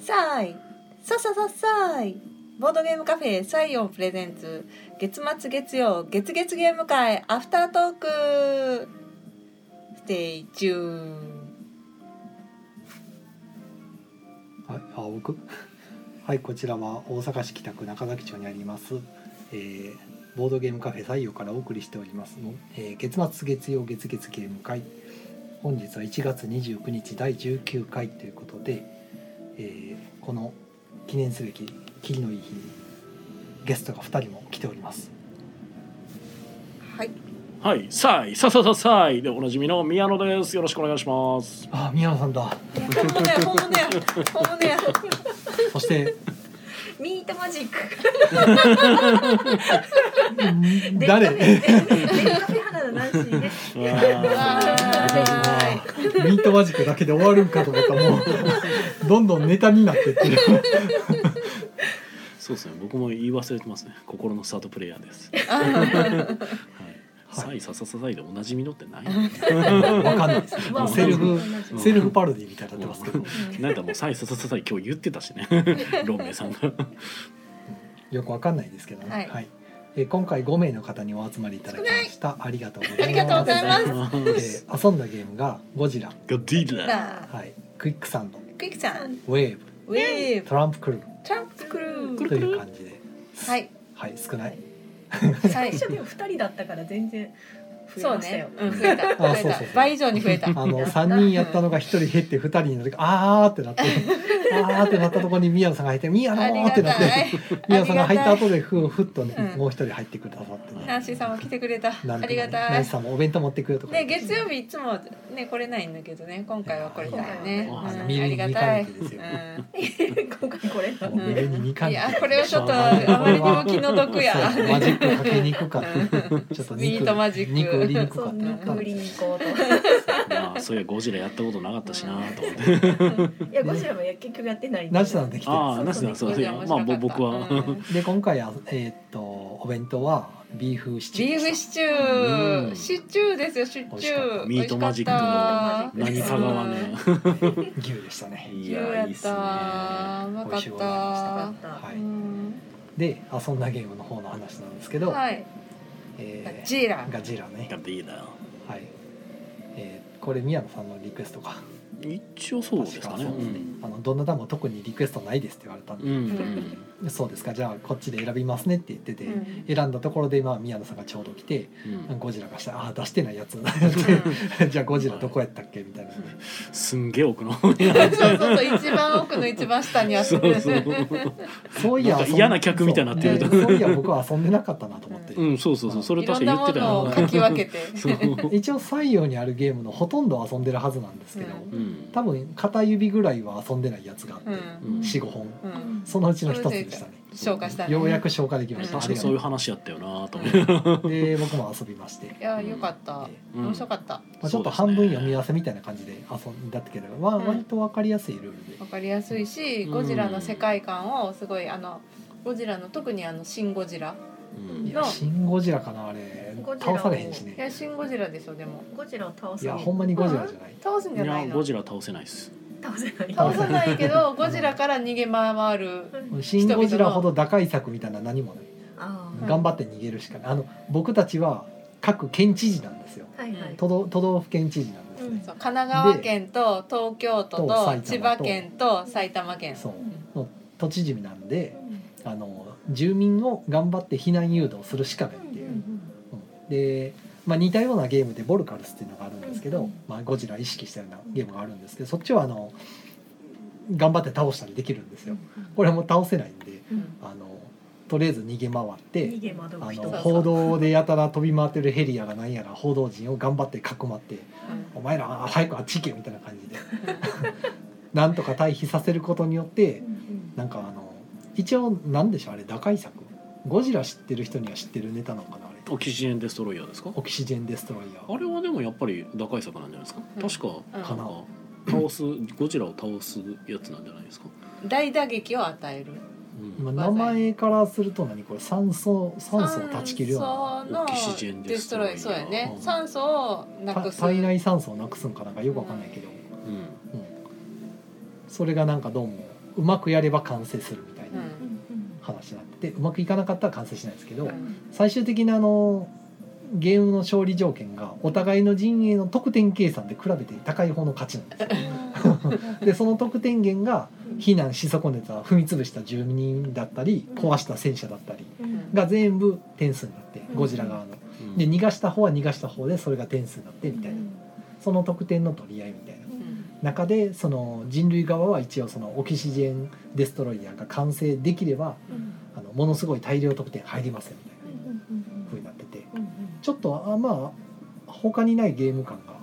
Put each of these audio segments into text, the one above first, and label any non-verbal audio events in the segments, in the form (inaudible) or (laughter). さいささささいボードゲームカフェサイオンプレゼンツ月末月曜月月ゲーム会アフタートークステイチューンはい、あ僕 (laughs) はいこちらは大阪市北区中崎町にあります、えーボードゲームカフェ採用からお送りしておりますの、えー月末月曜月月ゲーム会本日は1月29日第19回ということで、えーこの記念すべき霧のいい日にゲストが2人も来ておりますはいはい、さあい、さあさあさあさあいでおなじみの宮野です。よろしくお願いします。あ宮野さんだ本物や本物や本物やそしてミートマジック誰は (laughs) ミートマジックだけで終わるんかと思ったもうどんどんネタになってってる (laughs) そうですね、僕も言い忘れてますね。心のスタートプレイヤ (laughs) ーです。はい、さあい、さあさあさあいでおなじみのってない。 (laughs) わかんないですねまあ (laughs) セルフうんセルフパロディみたいになってますけどなんかもうさあい、さあさあさあい今日言ってたし (laughs) ね。ロンメイさんが。よくわかんないですけどね、ははいいえー今回5名の方にお集まりいただきましたありがとうございますありがとうございます (laughs) えー遊んだゲームが「ゴジラゴディラ。な」あはい「クイックサンド」クイックさん「ウェーブ」ウェー「ブトランプクルートランプクルー」という感じではいはい少ない最最初でも二人だったから全然増えそうましたよね、うん、増えた増あえそうそうそうた倍以上に増えたあの3人やったのが1人減って2人になってあーってなってあーってなったところに宮野さんが入って「宮野!」ありっがてなってたい宮野さんが入ったありが後でふふっとね、うんもう1人入ってくださってねナンシーさんも来てくれたなあんとかりがナたイいスさんもお弁当持ってくるとかね言って月曜日いつもね来れないんだけどね今回は来れたよね、うん、今回はあねりがたい見るに見かねてですよ今回これもう上に2うん、回いやこれはちょっとあまりにも気の毒やそうマジックかけに行くかうんちょっとミートマジック肉売りに行くそかうってなった肉ん売りでにす行よこうとまあ、そういやゴジラやったことなかったしなと (laughs) 思って。いやゴジラも結局やってないナシさんで来てああ、るなしだ、そゴうだ、ジいラや面まあ、白かったぼ僕は。うんで今回はえーっとお弁当はビーフシチュービーでフしシチュうー、んシチューですよ、シチ美味しかっュー。たミートマジックの美味何しかったがはね。た牛でしたねいシチューやや、いいっっすね。た。うま美かっ味しゅうございまた。したはういんで遊んだゲームの方の話なんですけど、はい、えージーラ。ガジラねガディラ。はいえーこれ宮野さんのリクエストか一応そうですかね。う確かそうですねんあのどんな弾も特にリクエストないですって言われたんでうんうん。そうですかじゃあこっちで選びますねって言ってて、うん選んだところで、まあ、宮野さんがちょうど来てうんゴジラがしたああ出してないやつうんじゃあゴジラどこやったっけみたいな、すんげえ奥の方にあそるうそうそう一番奥の一番下にあってそうるそう。そういやなんか遊ん嫌な客みたいになってるそうそういや僕は遊んでなかったなと思って、うん、そうそうそう、それいろ確んかな言っもてたのをかき分けて。そう。一応採用にあるゲームのほとんど遊んでるはずなんですけど、うんうん。多分片指ぐらいは遊んでないやつがあっうて、んうん45本うんそのうちの一つでしたね消化したね。ようやく消化できました、確あかりにがそとういうう話やったよなと思っうて。で僕も遊びましていやよかった。うん面白かった。まあ、ちょっとそうで半すね分読み合わせみたいな感じで遊んだけど、まあ、うん割と分かりやすいルールでわ、かりやすいし、うんゴジラの世界観をすごいあのゴジラの特にあの新ゴジラ。うんいや「シン・ゴジラ」かなあれゴジラを倒されへんしいやね新ゴジラでしょでも。ゴジラを倒すいやほんまにゴジラじゃない、倒すんじゃいなやい、のゴ。ジラ倒せないっす。倒せない倒さないけどゴジラから逃げ回る。シン・ゴジラほど打開策みたいな何もない、あうん頑張って逃げるしかないあの僕たちは各県知事なんですよあはいはい都道都道府県知事なんですね、そう神奈川県と東京都とと埼玉と千葉県と埼玉県。そううんの都知事なんでうんあの住民を頑張って避難誘導するしかないっていう、うんで、まあ、似たようなゲームでボルカルスっていうのがあるんですけど、うんまあ、ゴジラ意識したようなゲームがあるんですけどそっちはあの頑張って倒したりできるんですよこれはもう倒せないんでうんあのとりあえず逃げ回って逃げ惑うあ人のそう報道でやたら飛び回ってるヘリやら何やら報道陣を頑張って囲まって「お前ら早くあっち行け」みたいな感じで (laughs) なんとか退避させることによってなんかあの一応なんでしょうあれ打開策ゴジラ知ってる人には知ってるネタなのかなあれオキシエンデストロイヤーですかオキシジェンデストロイヤあーれはでもやっぱり打開策なんじゃないですか。確うんか、なんか倒すゴジラを倒すやつなんじゃないですか。大打撃を与える。うんまあ名前からすると何これ酸素酸素を断ち切るような酸素のオキシジェンデストロイヤーそうやね、うん酸素をなたくす体内酸素をなくすんかなんかよくわかんないけど、うんそれがなんかどうもうまくやれば完成するみたいなううんん話になっててうまくいかなかったら完成しないですけど、うん最終的にあのゲームの勝利条件がお互いの陣営の得点計算で比べて高い方の勝ちなんです (laughs) よ。でその得点源が避難し損ねた踏み潰した住民だったり壊した戦車だったりうんが全部点数になってゴジラ側の。うんで逃がした方は逃がした方でそれが点数になってみたいなうその得点の取り合いみたいな。うん中でその人類側は一応そのオキシジェンデストロイヤーが完成できればんあのものすごい大量得点入りますよみたいうんなうん風になっててうんうんちょっとあまあ他にないゲーム感が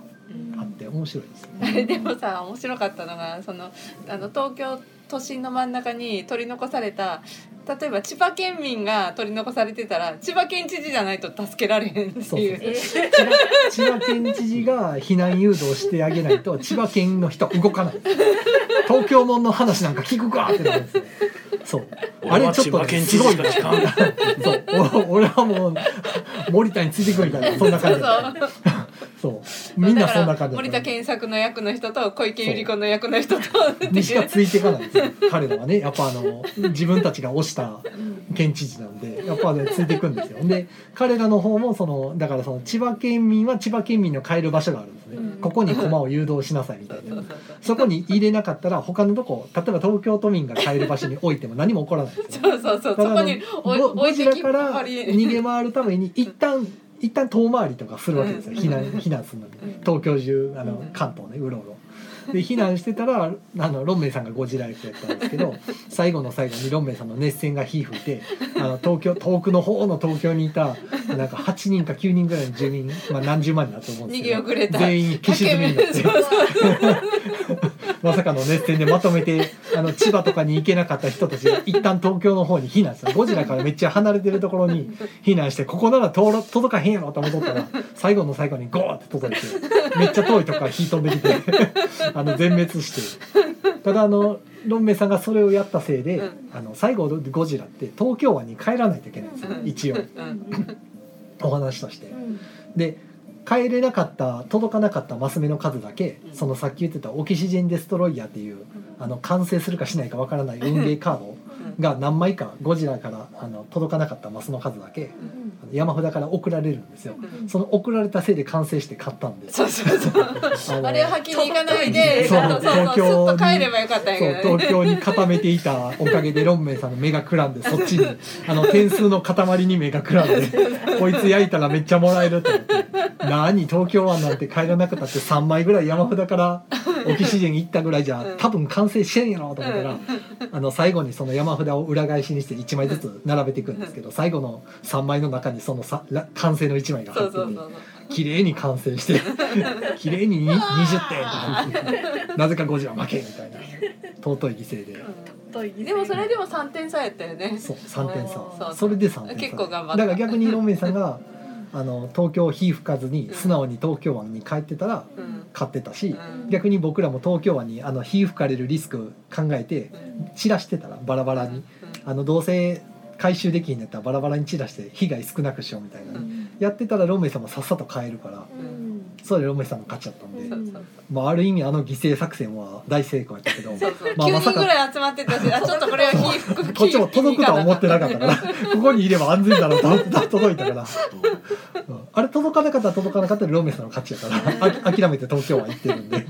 うんあって面白いですよ (laughs) あね。れでもさ面白かったのがそのあの東京都心の真ん中に取り残された例えば千葉県民が取り残されてたら千葉県知事じゃないと助けられへんっていうそうそうえ千葉県知事が避難誘導してあげないと千葉県の人は動かない。東京門の話なんか聞くかってなるんですよ。そう。あれちょっとねすごい俺は千葉県知事がそうお俺はもう森田についてくるからそんなそ感うじそうそうみんなそんなだか感らじ森田健作の役の人と小池百合子の役の人とってにしいかうついていかないんですよ彼らはねやっぱあの自分たちが推した県知事なんでやっぱねついていくんですよで彼らの方もそのだからその千葉県民は千葉県民の帰る場所があるんですね、うんここに駒を誘導しなさいみたいそうなそうそこに入れなかったら他のとこ例えば東京都民が帰る場所に置いても何も起こらないんですよそうそうそうそこにゴおい置ゴいジてラきっからぱり逃げ回るために一旦一旦遠回りとかするわけですよ避難避難するのにうん東京中あうのん関東ねうろうろ。で避難してたらあのロンメイさんがゴジラ役やったんです (laughs) けど最後の最後にロンメイさんの熱戦が火吹いてあの東京遠くの方の東京にいたなんか8人か9人ぐらいの住民、まあ、何十万人だと思うんです逃けげど遅れた全員消し済みになっ (laughs) そてうそうまさかの熱戦でまと (laughs) めてあの千葉とかに行けなかった人たちが一旦東京の方に避難したゴジラからめっちゃ離れてるところに避難してここなら通ろ届かへんやろと思っとったら最後の最後にゴーって届いてめっちゃ遠いとこから火飛んで (laughs) きてあの全滅してただあのロンメイさんがそれをやったせいで、うんあの最後ゴジラって東京湾に帰らないといけないんですようん一応うんお話として。で帰れなかった届かなかったマス目の数だけ、うんそのさっき言ってたオキシジェン・デストロイヤーっていうあの完成するかしないかわからない運 (laughs) ゲーカードが何枚かゴジラからあの届かなかったマスの数だけあの山札から送られるんですようんその送られたせいで完成して買ったんですそうそうそうのあれを履きに行かないでそうそうそう東京にすっと帰ればよかったんやそけどうね東京に固めていたおかげでロンメイさんの目がくらんでそっちに (laughs) あの点数の塊に目がくらんでこいつ焼いたらめっちゃもらえると思って何東京湾なんて帰らなくたって3枚ぐらい山札からオキシジェン行ったぐらいじゃ多分完成してんやろと思ったらあの最後にその山札を裏返しにして1枚ずつ並べていくんですけど最後の3枚の中にそのさら完成の1枚がそ入っうてそうてそう綺麗に完成して (laughs) 綺麗にに20点とかなぜかゴジラ負けみたいな尊い犠牲で遠いですうねんでもそれでも三点差やったよねそう3点そう差そうそれで3点差結構頑張っただから逆にロンメイさ (laughs) んがあの東京火吹かずに素直に東京湾に帰ってたらうん勝ってたうしん逆に僕らも東京湾にあの火吹かれるリスク考えて散らしてたらバラバラにあのどうせ回収できひんやったらバラバラに散らして被害少なくしようみたいな、うんやってたらロンメイさんもさっさと帰るからうんそれでロンメイさんも勝っちゃったんで。そうそうそうまあ、ある意味あの犠牲作戦は大成功やったけどそうそう、まあ、 9まさ人ぐからい集まってたし、あちょっとこれは火吹くこっちも届くとは思ってなかったからここにいれば安全だろうと思ってたら届いたから、うんあれ届かなかったら届かなかったらロメさんの勝ちやからあき諦めて東京は行ってるんで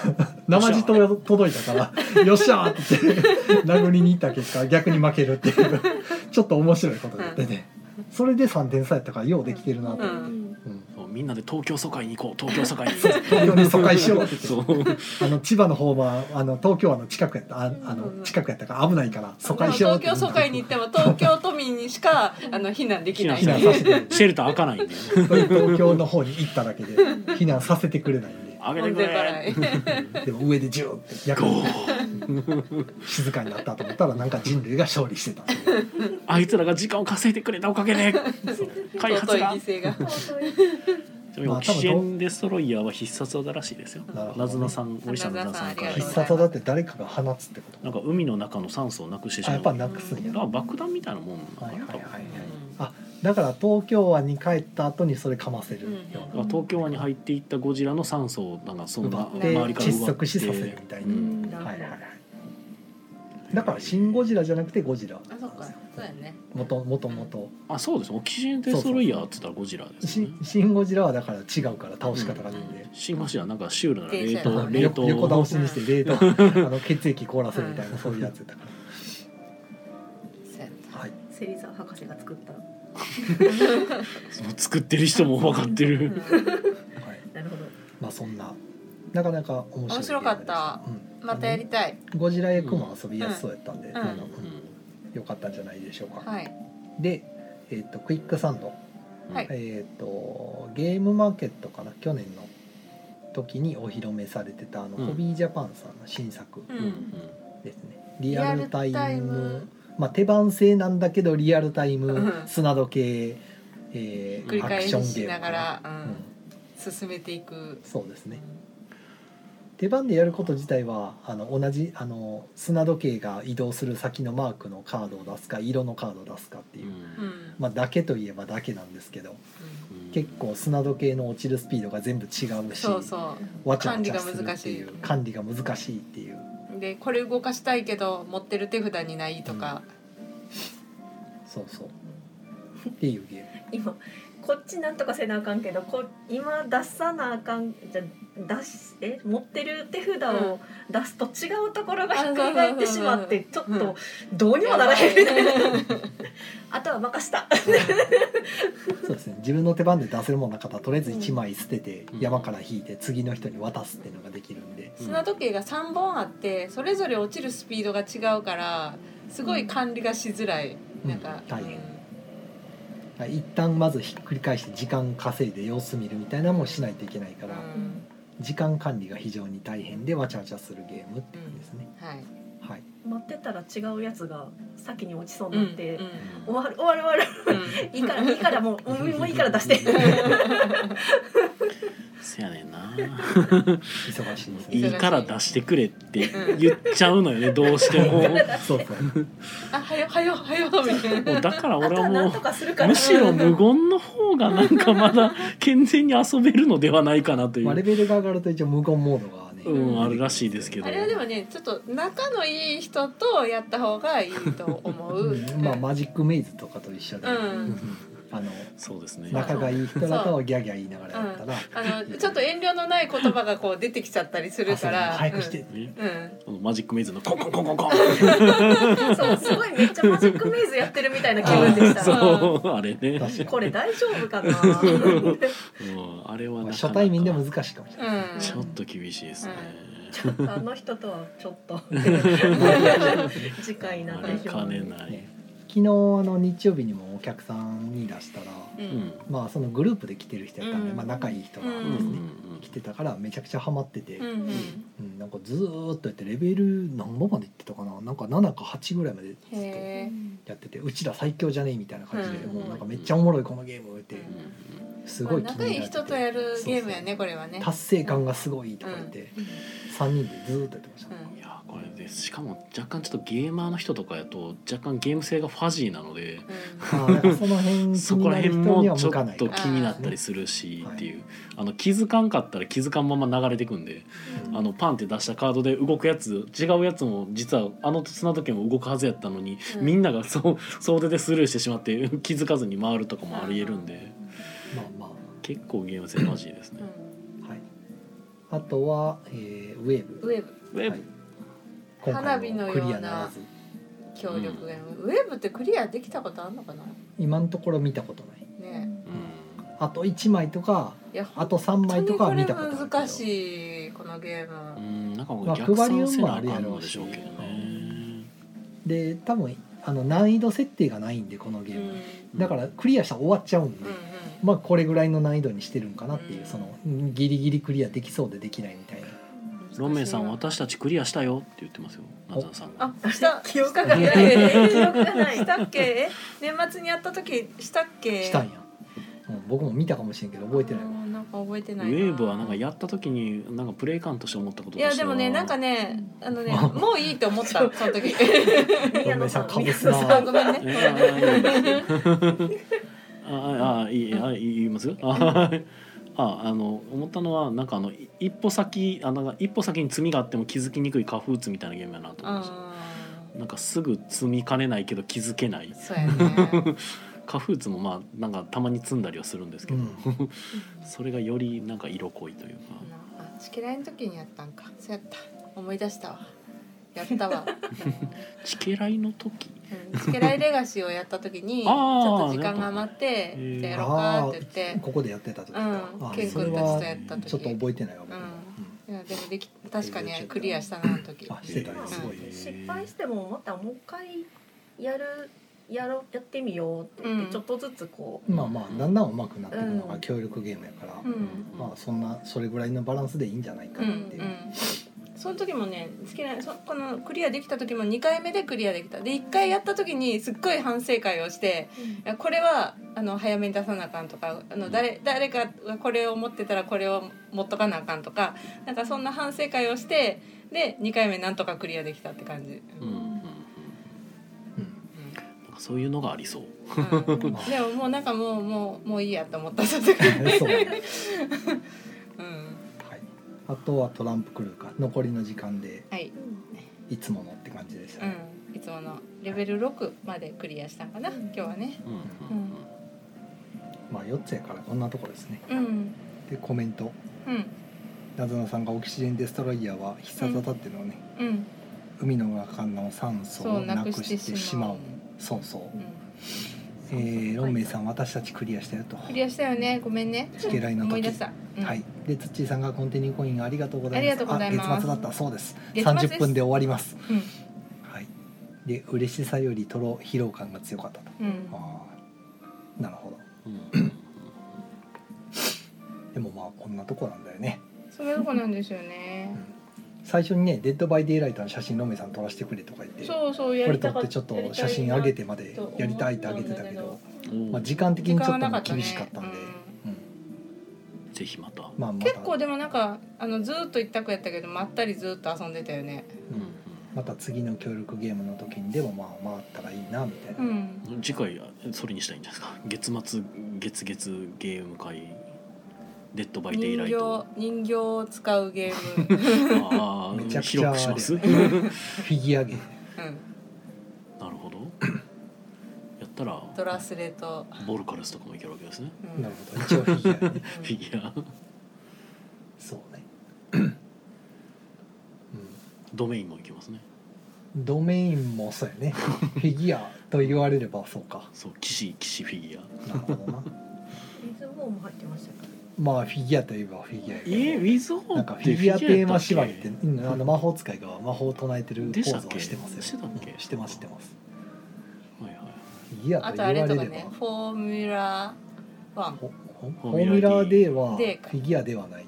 (laughs) 生地と届いたから「よっしゃ!」って言って (laughs) 殴りに行った結果逆に負けるっていうちょっと面白いことやってねそれで3点差やったからようできてるなと、うんうんそうみんなで東京疎開に行こう東京疎開に行こう東京に疎開しようって言ってそうあの千葉の方はあの東京湾の近くやったああの近くやったから危ないから疎開しよう東京疎開に行っても東京都民にしかあの避難できない避難させてくれシェルター開かないんだよね東京の方に行っただけで避難させてくれないんで開けほてんくで払れいでも上でジューってやゴー静かになったと思ったらなんか人類が勝利 (laughs) してたっていうあいつらが時間を稼いでくれたおかげで開尊 (laughs) 発いが犠牲が遠いですまあオキシエンデストロイヤーは必殺技らしいですよなるほどねナズナさん森下ナズナさんからナズナさ必んありがとうございます殺だって誰かが放つってことなんか海の中の酸素をなくしてしあまやうっぱなくすんやだから爆弾みたいなもんなのかなはいはいはいはいうんあだから東京湾に帰った後にそれかませるよだから東京湾に入っていったゴジラの酸素をなんかうそなの奪周ってりから奪って窒息死させるみたいなうんはいはいはいだから「シン・ゴジラ」じゃなくて「ゴジラあそっかそうやね」もともともとあそうですねオキシエンテストロイヤーっつったらゴジ「ラですよシねンシン・ゴジラ」はだから違うから倒し方がねんで、シンゴジラなんかシュールな冷うん凍あの冷横凍横倒しにして冷凍あの血液凍らせるみたいなそういうやつだかそうやっらはいセリサ博士が作った。その作ってる人も分かってた、うん、はる、いなるほど。まあそんななかなか面白いゲームでした面白かった、うんまたやりたいゴジラ役も遊びやすそうやったんで、うんあのうんよかったんじゃないでしょうか、はいで、えー、とクイックサンド、はいえー、とゲームマーケットかな去年の時にお披露目されてたあの、うんホビージャパンさんの新作ううんうんんですね、リアルタイムリアルタイムまあ、手番制なんだけどリアルタイムうん砂時計、えー繰りアク返ションししゲームかながら、うんうん、進めていく、そうですね手番でやること自体はあの同じあの砂時計が移動する先のマークのカードを出すか色のカードを出すかっていうう、んまあ、だけといえばだけなんですけど結構砂時計の落ちるスピードが全部違うしそうそわちゃわちゃするっていう管管理が難しいっていううでこれ動かしたいけど持ってる手札にないとか、そうそうっていうゲーム今こっちなんとかせなあかんけどこ今出さなあかんじゃ出しえ持ってる手札を出すと違うところがひっくり返ってしまってちょっうんとどうにもならへんみたいなあとは任したそうですね自分の手番で出せるものなかったらとりあえず1枚捨ててうん山から引いて次の人に渡すっていうのができるんで砂時計が3本あってそれぞれ落ちるスピードが違うからすごい管理がしづらい、なんかうん大変うん一旦まずひっくり返して時間稼いで様子見るみたいなのもしないといけないからうん時間管理が非常に大変でわちゃわちゃするゲームっていうんですね、はいはい待ってたら違うやつが先に落ちそうになって、うん終わる終わる終わるうんい (laughs) いからいいからもうもうもういいから出してせやねんな忙しいですいねいから出してくれって言っちゃうのよねどうしてもそうそうあはよはよはよみたいなもうだからあと俺ははなもんとかするかうらむしろ無言の方がなんかまだ健全に遊べるのではないかなといまあレう、ベルが上がると一応無言モードがね、うん、あるらしいですけどあれはでもねちょっと仲のいい人とやった方がいいと思う、うんまあマジックメイズとかと一緒で、うんあのそうですね仲がいい人らとギャーギャー言いながらやったらあのちょっと遠慮のない言葉がこう出てきちゃったりするかあらそう早くして、ねうん、うんあのマジックメイズのコンコンコンコンコンそうすごいめっちゃマジックメイズやってるみたいな気分でしあたそうあれね、確かにこれ大丈夫かなうん、あれはまあなかなか初対面で難しいかもしれない、うんちょっと厳しいですね、ちょっとあの人とはちょっと次回になあってれしまかうねないね、昨日あの日曜日にもお客さんに出したら、ううんんまあそのグループで来てる人やったんで、うんまあ仲いい人がですね、うんうん来てたからめちゃくちゃハマってて、ううんんなんかずーっとやってレベル何本までいってたかななんか7か8ぐらいまでずっうん、とへやっててうちら最強じゃねえみたいな感じで、うんもうなんかめっちゃおもろいこのゲームってううんうんすえ、まごあ、い気になって仲ていい人とやるゲームやねこれはね達成感がすごいとか言って、三3人でずーっとやってました、うんいやこれでしかも若干ちょっとゲーマーの人とかやと若干ゲーム性がファジーなのでうまあなんかその辺気そにこらなる辺人にはもち向ょかなっいとか気になったりするしっていうあの気づかんかったら気づかんまま流れてくんでうんあのパンって出したカードで動くやつ違うやつも実はあの砂時計も動くはずやったのに、うんみんながそう総出でスルーしてしまって気づかずに回るとかもありえるんでまあま結構ゲーム性マジですね。んあはいあとは、えーウェーウブェブではい今回も花火のようなクリアならず協力ゲーム、ウェブってクリアできたことあんのかな今のところ見たことないねうんあと1枚とかいやあと3枚とかは見たことある本当にこけどれ難しいこのゲーム、うん、なんかもうまあ逆算せ配り運もなああるやかんろのうでししょうけどね。で多分あの難易度設定がないんでこのゲうんーうんム、だからクリアしたら終わっちゃうんで、まあこれぐらいの難易度にしてるんかなっていううんそのギリギリクリアできそうでできないみたいなロンメイさんは私たちクリアしたよって言ってますよ。ナザンさんが。あした記憶がなないい記憶 (laughs) がないしたっけえ年末にやった時したっけしたんや、うん、僕も見たかもしれんけど覚えてないあわーなんか覚えてウないなェーブはなんかやった時になんかプレイ感として思ったことといしてはやでもねなんかねあのねもういいって思ったその時ロンメイさんかぶ (laughs) す宮野あなごめんねえーああああいいあいい言います (laughs) あああの思ったのはなんかあのい一歩先あなんか一歩先に罪があっても気づきにくい過封打つみたいなゲームやなと思いましたあなんかすぐ積みかねないけど気づけないそうやねカフーツもまあなんかたまに積んだりはするんですけど、うんそれがよりなんか色濃いというかあちきらいの時にやったんかそうやった思い出したわやったわ、チケライの時うん、ちきらいレガシーをやった時にちあーょっと時間が余ってへーじゃあやろうかって言ってここでやってた時うか、んあケンそれ君たちとやはったちょっと時覚えてないわう僕も、いやでもでき確かにクリアしたなあの時うんあしてたねすごい、うん失敗してもまたもう一回やるやろやってみようって言って、うんちょっとずつこまあまあだんだん上手くなっていくのうがん協力ゲームやから、うんまあそんなそれぐらいのバランスでいいんじゃないかうんなうっていう、んその時もね好きなそこのクリアできた時も2回目でクリアできたで1回やった時にすっごい反省会をしてう、いやこれはあの早めに出さなあかんとかあの誰誰かがこれを持ってたらこれを持っとかなあかんとかなんかそんな反省会をしてで2回目なんとかクリアできたって感じ。うんうんうんうんなんかそういうのがありそううんうんでももうなんかもうもうもういいやと思ったその時 (laughs) そうはいうんあとはトランプクルーか残りの時間ではい、いつものって感じでしたね、うん、いつものレベル6までクリアしたんかな今日はね。うんうんうんまあ4つやからこんなとこですねうん、でコメントうんなずなさんが「オキシジェン・デストロイヤーは必殺技っていうのをね、うん、海の中の酸素そをうななくくしてしてししままうう。そうそううん、えー、ロンメイさん私たちクリアしたよとクリアしたよね、ごめんね。チケライの時思い出した。うんはい。、で土井さんがコンティニューコインありがとうございますありがとうございますあ月末だったそうです月末三で十す分で終わりますうん、はいで嬉しさよりとろ疲労感が強かったとうん、ああなるほどうんうんでもまあこんなとこなんだよねそれどこなんですよね。最初にね「デッド・バイ・デイ・ライト」の写真ロメさん撮らせてくれとか言ってこそうそう、やれり撮たかっってた。ちょっと写真上げてまでやりたいってあげてたけど、うんまあ、時間的にちょっともうね厳しかったんで、うんぜひまた、まあ、ま結構たでもなんかあのずーっと一択やったけどまったりずーっと遊んでたよねうんまた次の協力ゲームの時にでもまあ回ったらいいなみたいな、うんうん次回はそれにしたいんじゃないですか月末月月ゲーム会デッドバイデイ人ライ形ト人形を使うゲー (laughs) ム、あめちあゃくちゃ広くしますあなれるフィギュアゲームうん、 (laughs) ほどやったらドラスレと、ボルカルスとかもいけるわけですねうんなるほど一応フィギュアねうんフィギュア (laughs) そうね、ドメインもいけますねうん、ドメインもそうやねフィギュアと言われればそうかそう騎士騎士フィギュアなるほどな水棒も入ってましたっけまあフィギュアといえばフィギュアやけどえウィズホなんーかっフてィギュアテーマ縛りやっ、ってたっうん、あの魔法使いが魔法を唱えてるポでしたーっズけをしてますよしてたっけうんしてますしてますけはいはいフィギュアあとと言あわれれればとかねフォーミュラワンほほフフォーミュラォーミュラー D ではフ D かィギュアではない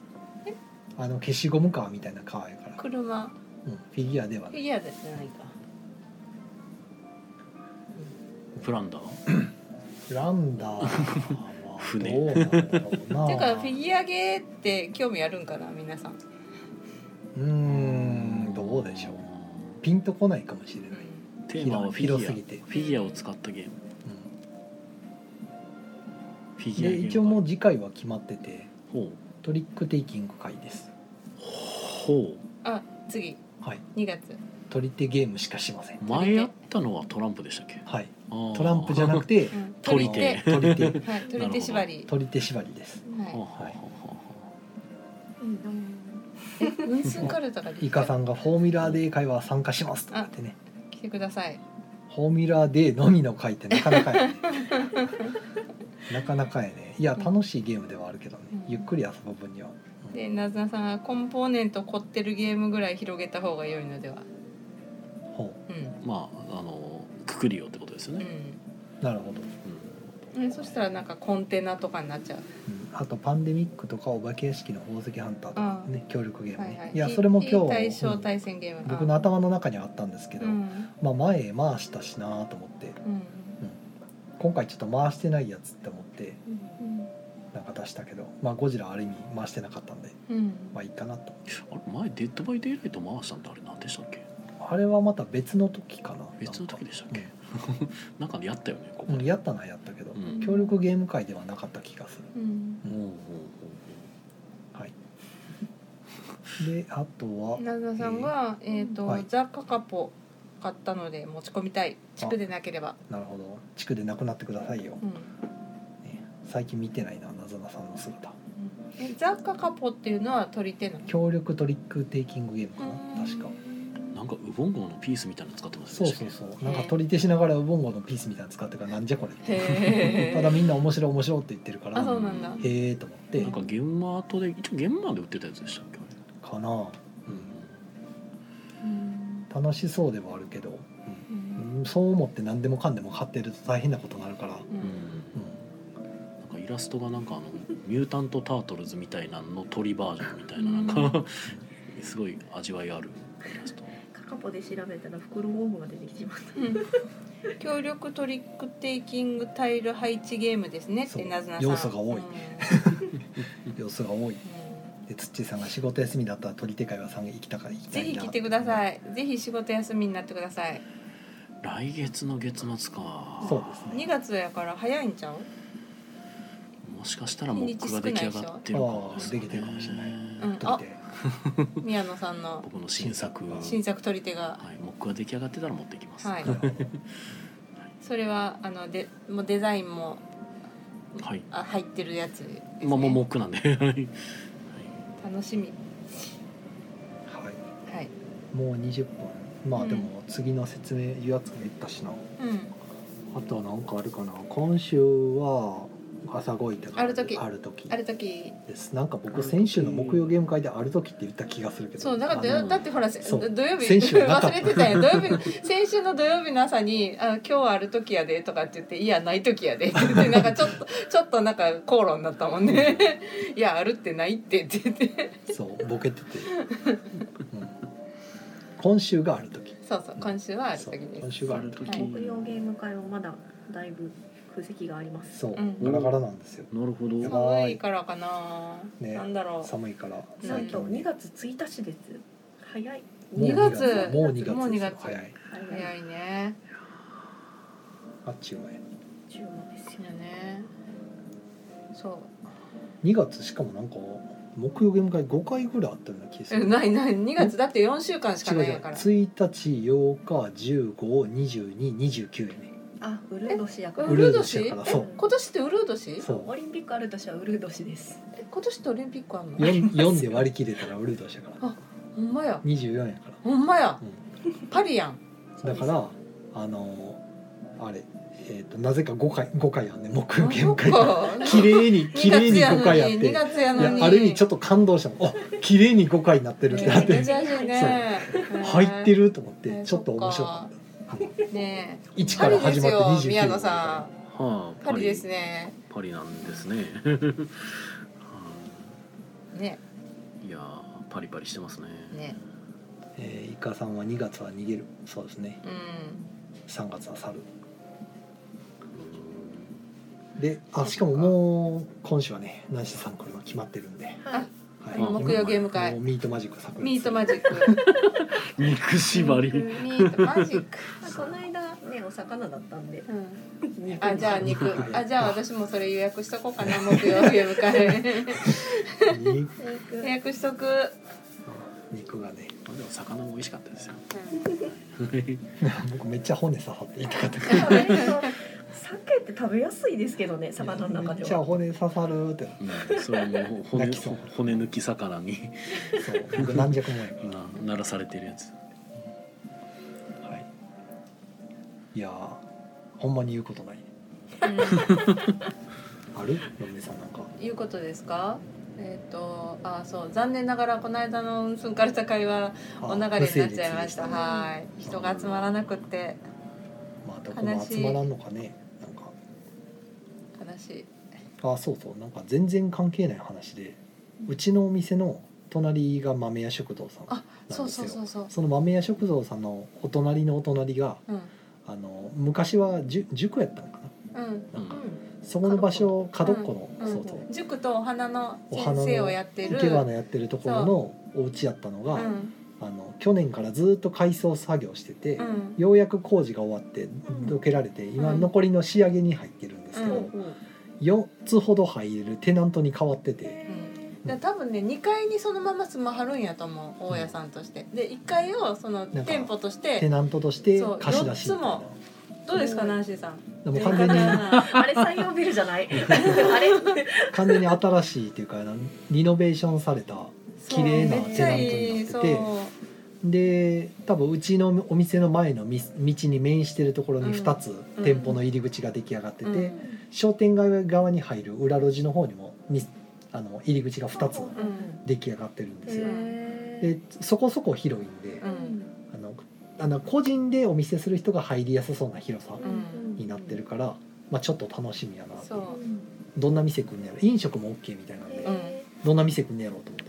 あの消しゴムカーみたいなカーやから、車フうん、フィギュアではなィいギュアじゃないかプランダーランダーは船どう (laughs) なんだろうなていうかフィギュアゲーって興味あるんかな皆さん、うーんどうでしょうピンとこないかもしれない、テーマはフィギュア広すぎてフィギュアを使ったゲームうフィん、ギュアでゲーム一応もう次回は決まっててほうトリックテイキング会ですほあ次はい2月取り手ゲームしかしませんう前やったのはトランプでしたっけはいあートランプじゃなくてうん取 (laughs) り取り手手取り手はい取り手縛り取り手縛りですは (laughs) はあはあはうんいえウンスンカルタができイたカさんが「フォーミュラーデー会は参加します」とかってね来てくださいフォーミュラーデーのみの会ってなかな (laughs) かやねなかなかやねいや楽しいゲームではあるけどねうんゆっくり遊ぶ分にはでなずなさんがコンポーネント凝ってるゲームぐらい広げた方が良いのではほうんあまああのくくりよってことですよね、うなるほど、うんえそしたらなんかコンテナとかになっちゃううんあと「パンデミック」とか「お化け屋敷の宝石ハンター」とかね協力ゲームはね、いいはいやそれも今日非対象うん対戦ゲーム僕の頭の中にはあったんですけうど、んまあ前回したしなと思ってうん今回ちょっと回してないやつって思ってうんなんか出したけどまあゴジラある意味回してなかったんでうんまあいいかなとあれ前デッドバイデイライト回したんってあれ何でしたっけあれはまた別の時かな別の時なんかでしたっけ、なんかでやったよねこうこん、で、やったのはやったけど、うん協力ゲーム会ではなかった気がするうんうんうんうんはいであとはなずなさんが、えっ、と、はいザ・カカポ買ったので持ち込みたい地区でなければ、なるほど地区でなくなってくださいよ、うんね最近見てないな謎なさんの姿えザッカカポっていうのは取り手なの協力トリックテイキングゲームかな確かなんかウボンゴのピースみたいなの使ってますそうそうそうなんか取り手しながらウボンゴのピースみたいなの使ってるからなんじゃこれへ (laughs) ただみんな面白い面白いって言ってるからあへそうなんだうえと思ってなんかゲームアートで一応ゲームマーで売ってたやつでしたっけあかれなうんうん楽しそうではあるけど、ううんん、そう思って何でもかんでも買ってると大変なことになるから、うううんんなんかイラストがなんかあのミュータント・タートルズみたいなのの鳥バージョンみたいななんか (laughs) すごい味わいあるイラストカカポで調べたら袋ゴムが出てきてましたうん協力トリックテイキングタイル配置ゲームですねっそうてなずなさん要素が多いう (laughs) んん、様子が多いうんで土さんが仕事休みだったら取り手会はさん行きたから行きたぜいなひ来てくださいいぜひ仕事休みになってください来月の月末かそうです2ね月やから早いんちゃうもしかしたらモックが出来上がってるかもあーしれないできてるかもしれないうん取り手宮野さんの僕の新作新新作取り手がはい、モックが出来上がってたら持ってきます、はいなるほどそれはあのでもうデザインもはいあ入ってるやつです、ね、まあもうモックなんではいはい楽しみはいはいもう20分まあうんでも次の説明ゆあつが言ったしな、うんあとは何かあるかな今週は朝ごいたがある時ある時ある時ですなんか僕先週の木曜ゲーム会である時って言った気がするけどそうだからあだのだってほらせそう土曜日先週なか忘ったれてたよ土曜 (laughs) 日先週の土曜日の朝に「あ今日はある時やで」とかって言って「いやない時やで」って言ってなんかちょっと (laughs) ちょっとなんか口論になったもん (laughs) ね「いやあるってないって」って言ってそうボケてて、うん今週がある時そうそう今週はある時そうで今す週がある時はい木曜ゲーム会はまだだいぶ空席がありますそう、うんガラガラなんですよなるほどやば寒いからかな、ねなんだろう寒いからなん最近とは2ね月1日です早いもう2月もう2月もう2ですよ月早い早早いいねあっちゅうね注文ですそうよだねそう2月しかもなんか木曜ゲーム会5回ぐらいあったような気がすえるないない2月だって4週間しか違うない違うやから1日8日152229やねあウルード氏やからえウウルルーードド氏氏やからそう今年ってウルー年そオリンピックある年はウルード氏ですえ今年ってオリンピックあんのう4で割り切れたらウルード氏やからあほんまや24やからほんまや、パリや (laughs) んだからあのーあれえっ、となぜか5回5回あんね木曜ゲーム会が (laughs) 綺綺麗に綺麗に5回あって2月やのにいやある意味ちょっっと感動したもんあ綺麗に5回になってるってなっねて珍しいね入ってるると思っえてーちょっと面白かったね (laughs) え1かパらリで始すまってよ29宮野さはあんパリですねパリなんですねはねいいやーパリパリしてますねねえー、イカさんは2月は逃げるそうですねうん3月は去るうんであしかももう今週はねナンシーさんこれは決まってるんで、はいあ木曜ゲーム会もうミートマジック作ミートマジッック肉縛りミートマジックあこの間ねお魚だったんでうん肉あじゃあ肉あじゃあ私もそれ予約しとこうかな木曜日迎 (laughs) えクに予肉約しとく、 (laughs) 肉がねまあでも魚も美味しかったですよ僕めっちゃ骨刺さって痛かったでも割と鮭って食べやすいですけどね魚の中めでっちゃは骨刺さるってうんそれはもう骨泣きそう骨抜き魚にそう僕軟弱もんやからな鳴らされてるやつはい、いやーほんまに言うことないうんあるロミさんなんかいうことですかえっ、とあそう残念ながらこの間のうんすんかれた会はお流れになっちゃいましたあ不成立でねはい人が集まらなくってまあどこも集まらんのかねなんか悲しいあそうそうなんか全然関係ない話でうちのお店の隣が豆屋食堂さんあなそんうですそようそうそうその豆屋食堂さんのお隣のお隣がうんあの昔はじゅ塾やったのかうんななんかうそこの場所角っこうの、んそうそう塾とお花のお花の先生をやってる生け花やってるところのお家やったのうが、んあの去年からずっと改装作業してて、うんようやく工事が終わってんどけられて今うん残りの仕上げに入ってるんですけうど、んん4つほど入れるテナントに変わっててうんで多分ね2階にそのまま住まはるんやと思う大家さんとしてで1階をそのなんか店舗としテてナントとしてそう貸し出しみたい四つどうですかナンシーさんなでも完全 (laughs) にあれ採用ビルじゃないあれ完全に新しいっていうかなんリノベーションされた綺麗なテナントになっててそうめっちゃいいそうで多分うちのお店の前のみ道に面してるところに2つうん店舗の入り口が出来上がってて、うん商店街側に入る裏路地の方にもにあの入り口が2つ出来上がってるんですよ。えでそこそこ広いんで、うんあのあの個人でお店する人が入りやすそうな広さになってるから、まあ、ちょっと楽しみやなそとうどんな店来んねやろ飲食も OK みたいなんで、どんな店来んねやろうと思っ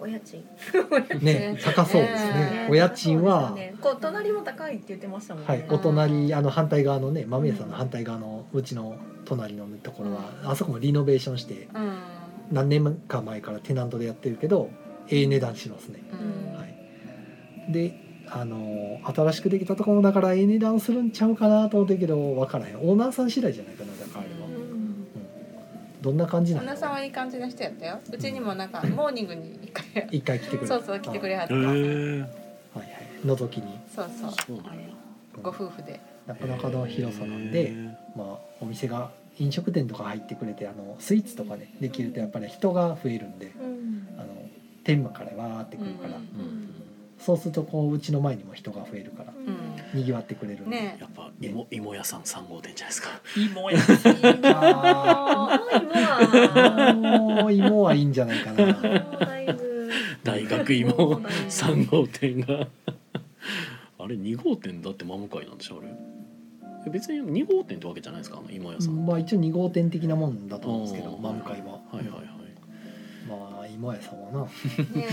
お家賃てねね高そうですねねお家賃は、こう隣も高いって言ってましたもんね、はい、うおん隣あの反対側のね豆屋さんの反対側のうちの隣のところは、あそこもリノベーションしてうん何年か前からテナントでやってるけどええ値段しますね、うんはい、であの新しくできたところもだからええ値段するんちゃうかなと思ってるけど分からへんオーナーさん次第じゃないかなだからあれは、ううんどんな感じな旦那さんのはいい感じの人やったようちにもなんかモーニングに一回一回来てくれそうそう来てくれはったへえあはいはい覗きにそうそうそうなんやご夫婦でなかなかの広さなんで、まあ、お店が飲食店とか入ってくれてあのスイーツとかねできるとやっぱり人が増えるんであの天満からわーってくるから、うんうんうんそうするとこううちの前にも人が増えるからうんにぎわってくれるんで、ねやっぱ芋芋屋さん三号店じゃないですか。 (laughs) 芋や芋はもう芋はいいんじゃないかな。大学芋三号店が (laughs) あれ二号店だって真向かいなんでしょあれえ別に二号店ってわけじゃないですかあの芋屋さん、まあ一応二号店的なもんだと思うんですけど、うん真向かいは。はいはいはいまあ芋屋さんはな。 (laughs) ね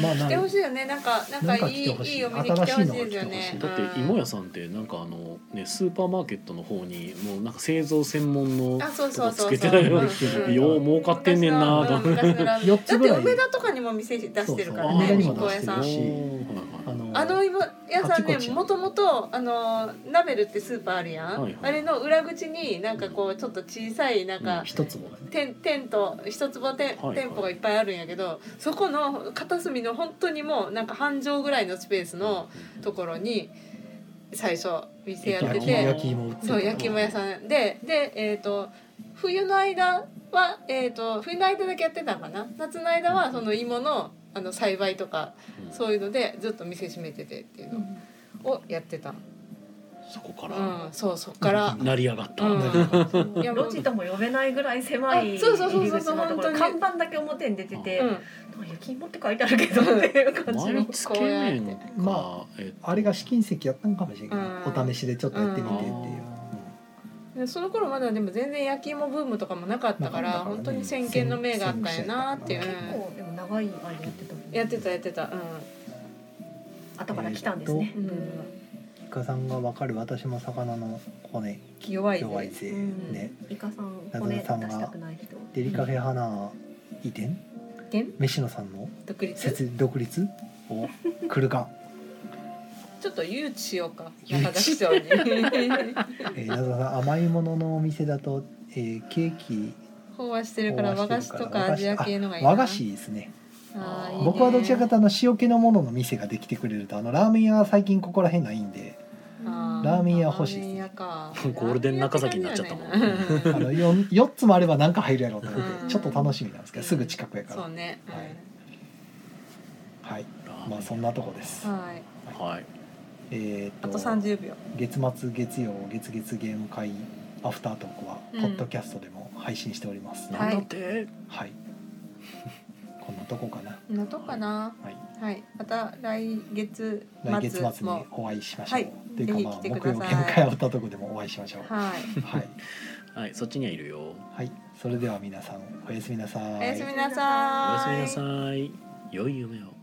まあ来てほしいよねなんかなんなんかかい来いいていほしいお店に来てほしいですよ新しねいのだって芋屋さんってなんかあのねスーパーマーケットの方にもうなんか製造専門のあそうそうそうつけてたようんうんよう儲かってんねんなと昔 (laughs) のうん昔のラーメン四つぐだらっいて梅田とかにも店出してるからそうそうね日梅田にも光出屋してさるんしああののあの芋屋さんあちこねちもともとあのナベルってスーパーあるやん、はいはいあれの裏口になんかこうちょっと小さいなんか、一坪がね。テンテント一坪テン、はいはい店舗がいっぱいあるんやけどそこの片隅の本当にもうなんか半畳ぐらいのスペースのところに最初店やって焼きて焼き芋売ってるそう焼き芋屋さんででえっ、と冬の間はえっ、と冬の間だけやってたんかな夏の間はその芋のあの栽培とかそういうのでずっと店閉めててっていうのをやってた。そこかうらん、そうそっから。成り上がった、うんいや路地とも呼べないぐらい狭い入り口のところ看板だけ表に出ててうん「雪芋」って書いてあるけどっていう感じ毎の。月麺か、まえっとあれが試金石やったのかもしれないけど、うんお試しでちょっとやってみてっていう。うんでその頃まだでも全然焼き芋ブームとかもなかったからなかったからね本当に先見の明があったんやなっていう、結うん構でも長い間やってたもんねやってたやってた後から来たんですねう。ん、うイカさんがわかる私も魚の骨ん、弱い弱いねぜ、うんね。イカさん骨出したくない人。デリカフェ花移転で飯野さんの独立設独立を来るか、ちょっと誘致しようか中田市長に飽えー、謎さん甘いもののお店だと、えー、ケーキ和してるから和菓子とかアジア系のがいいな和菓子いいですねあーいいね僕はどちらかというとあの塩気のものの店ができてくれるとあのラーメン屋は最近ここら辺ないんであラーメン屋欲しいラーですメン屋か (laughs) ゴールデン中崎になっちゃったもんラーメン屋ってあ感 (laughs) じやねの 4, 四つもあれば何か入るやろうと思っうんてちょっと楽しみなんですけどすぐ近くやかそうらね、うんはいはいまあそんなとこですはい、はいえーあとっと30秒月末月曜月月ゲーム会アフタートークはうんポッドキャストでも配信しておりますなはいんだって、はい (laughs) こんなとこかなこんなとこかなはいはい、また来月来月末末にも。お会いしましょうはいというかまあぜひ木来て曜くだゲームさい会アフタートークでもお会いしましょうはい。はいはい、そっちにはいるよはい、それでは皆さんおやすみなさい。おやすみなおやさすい。みなさい良い夢を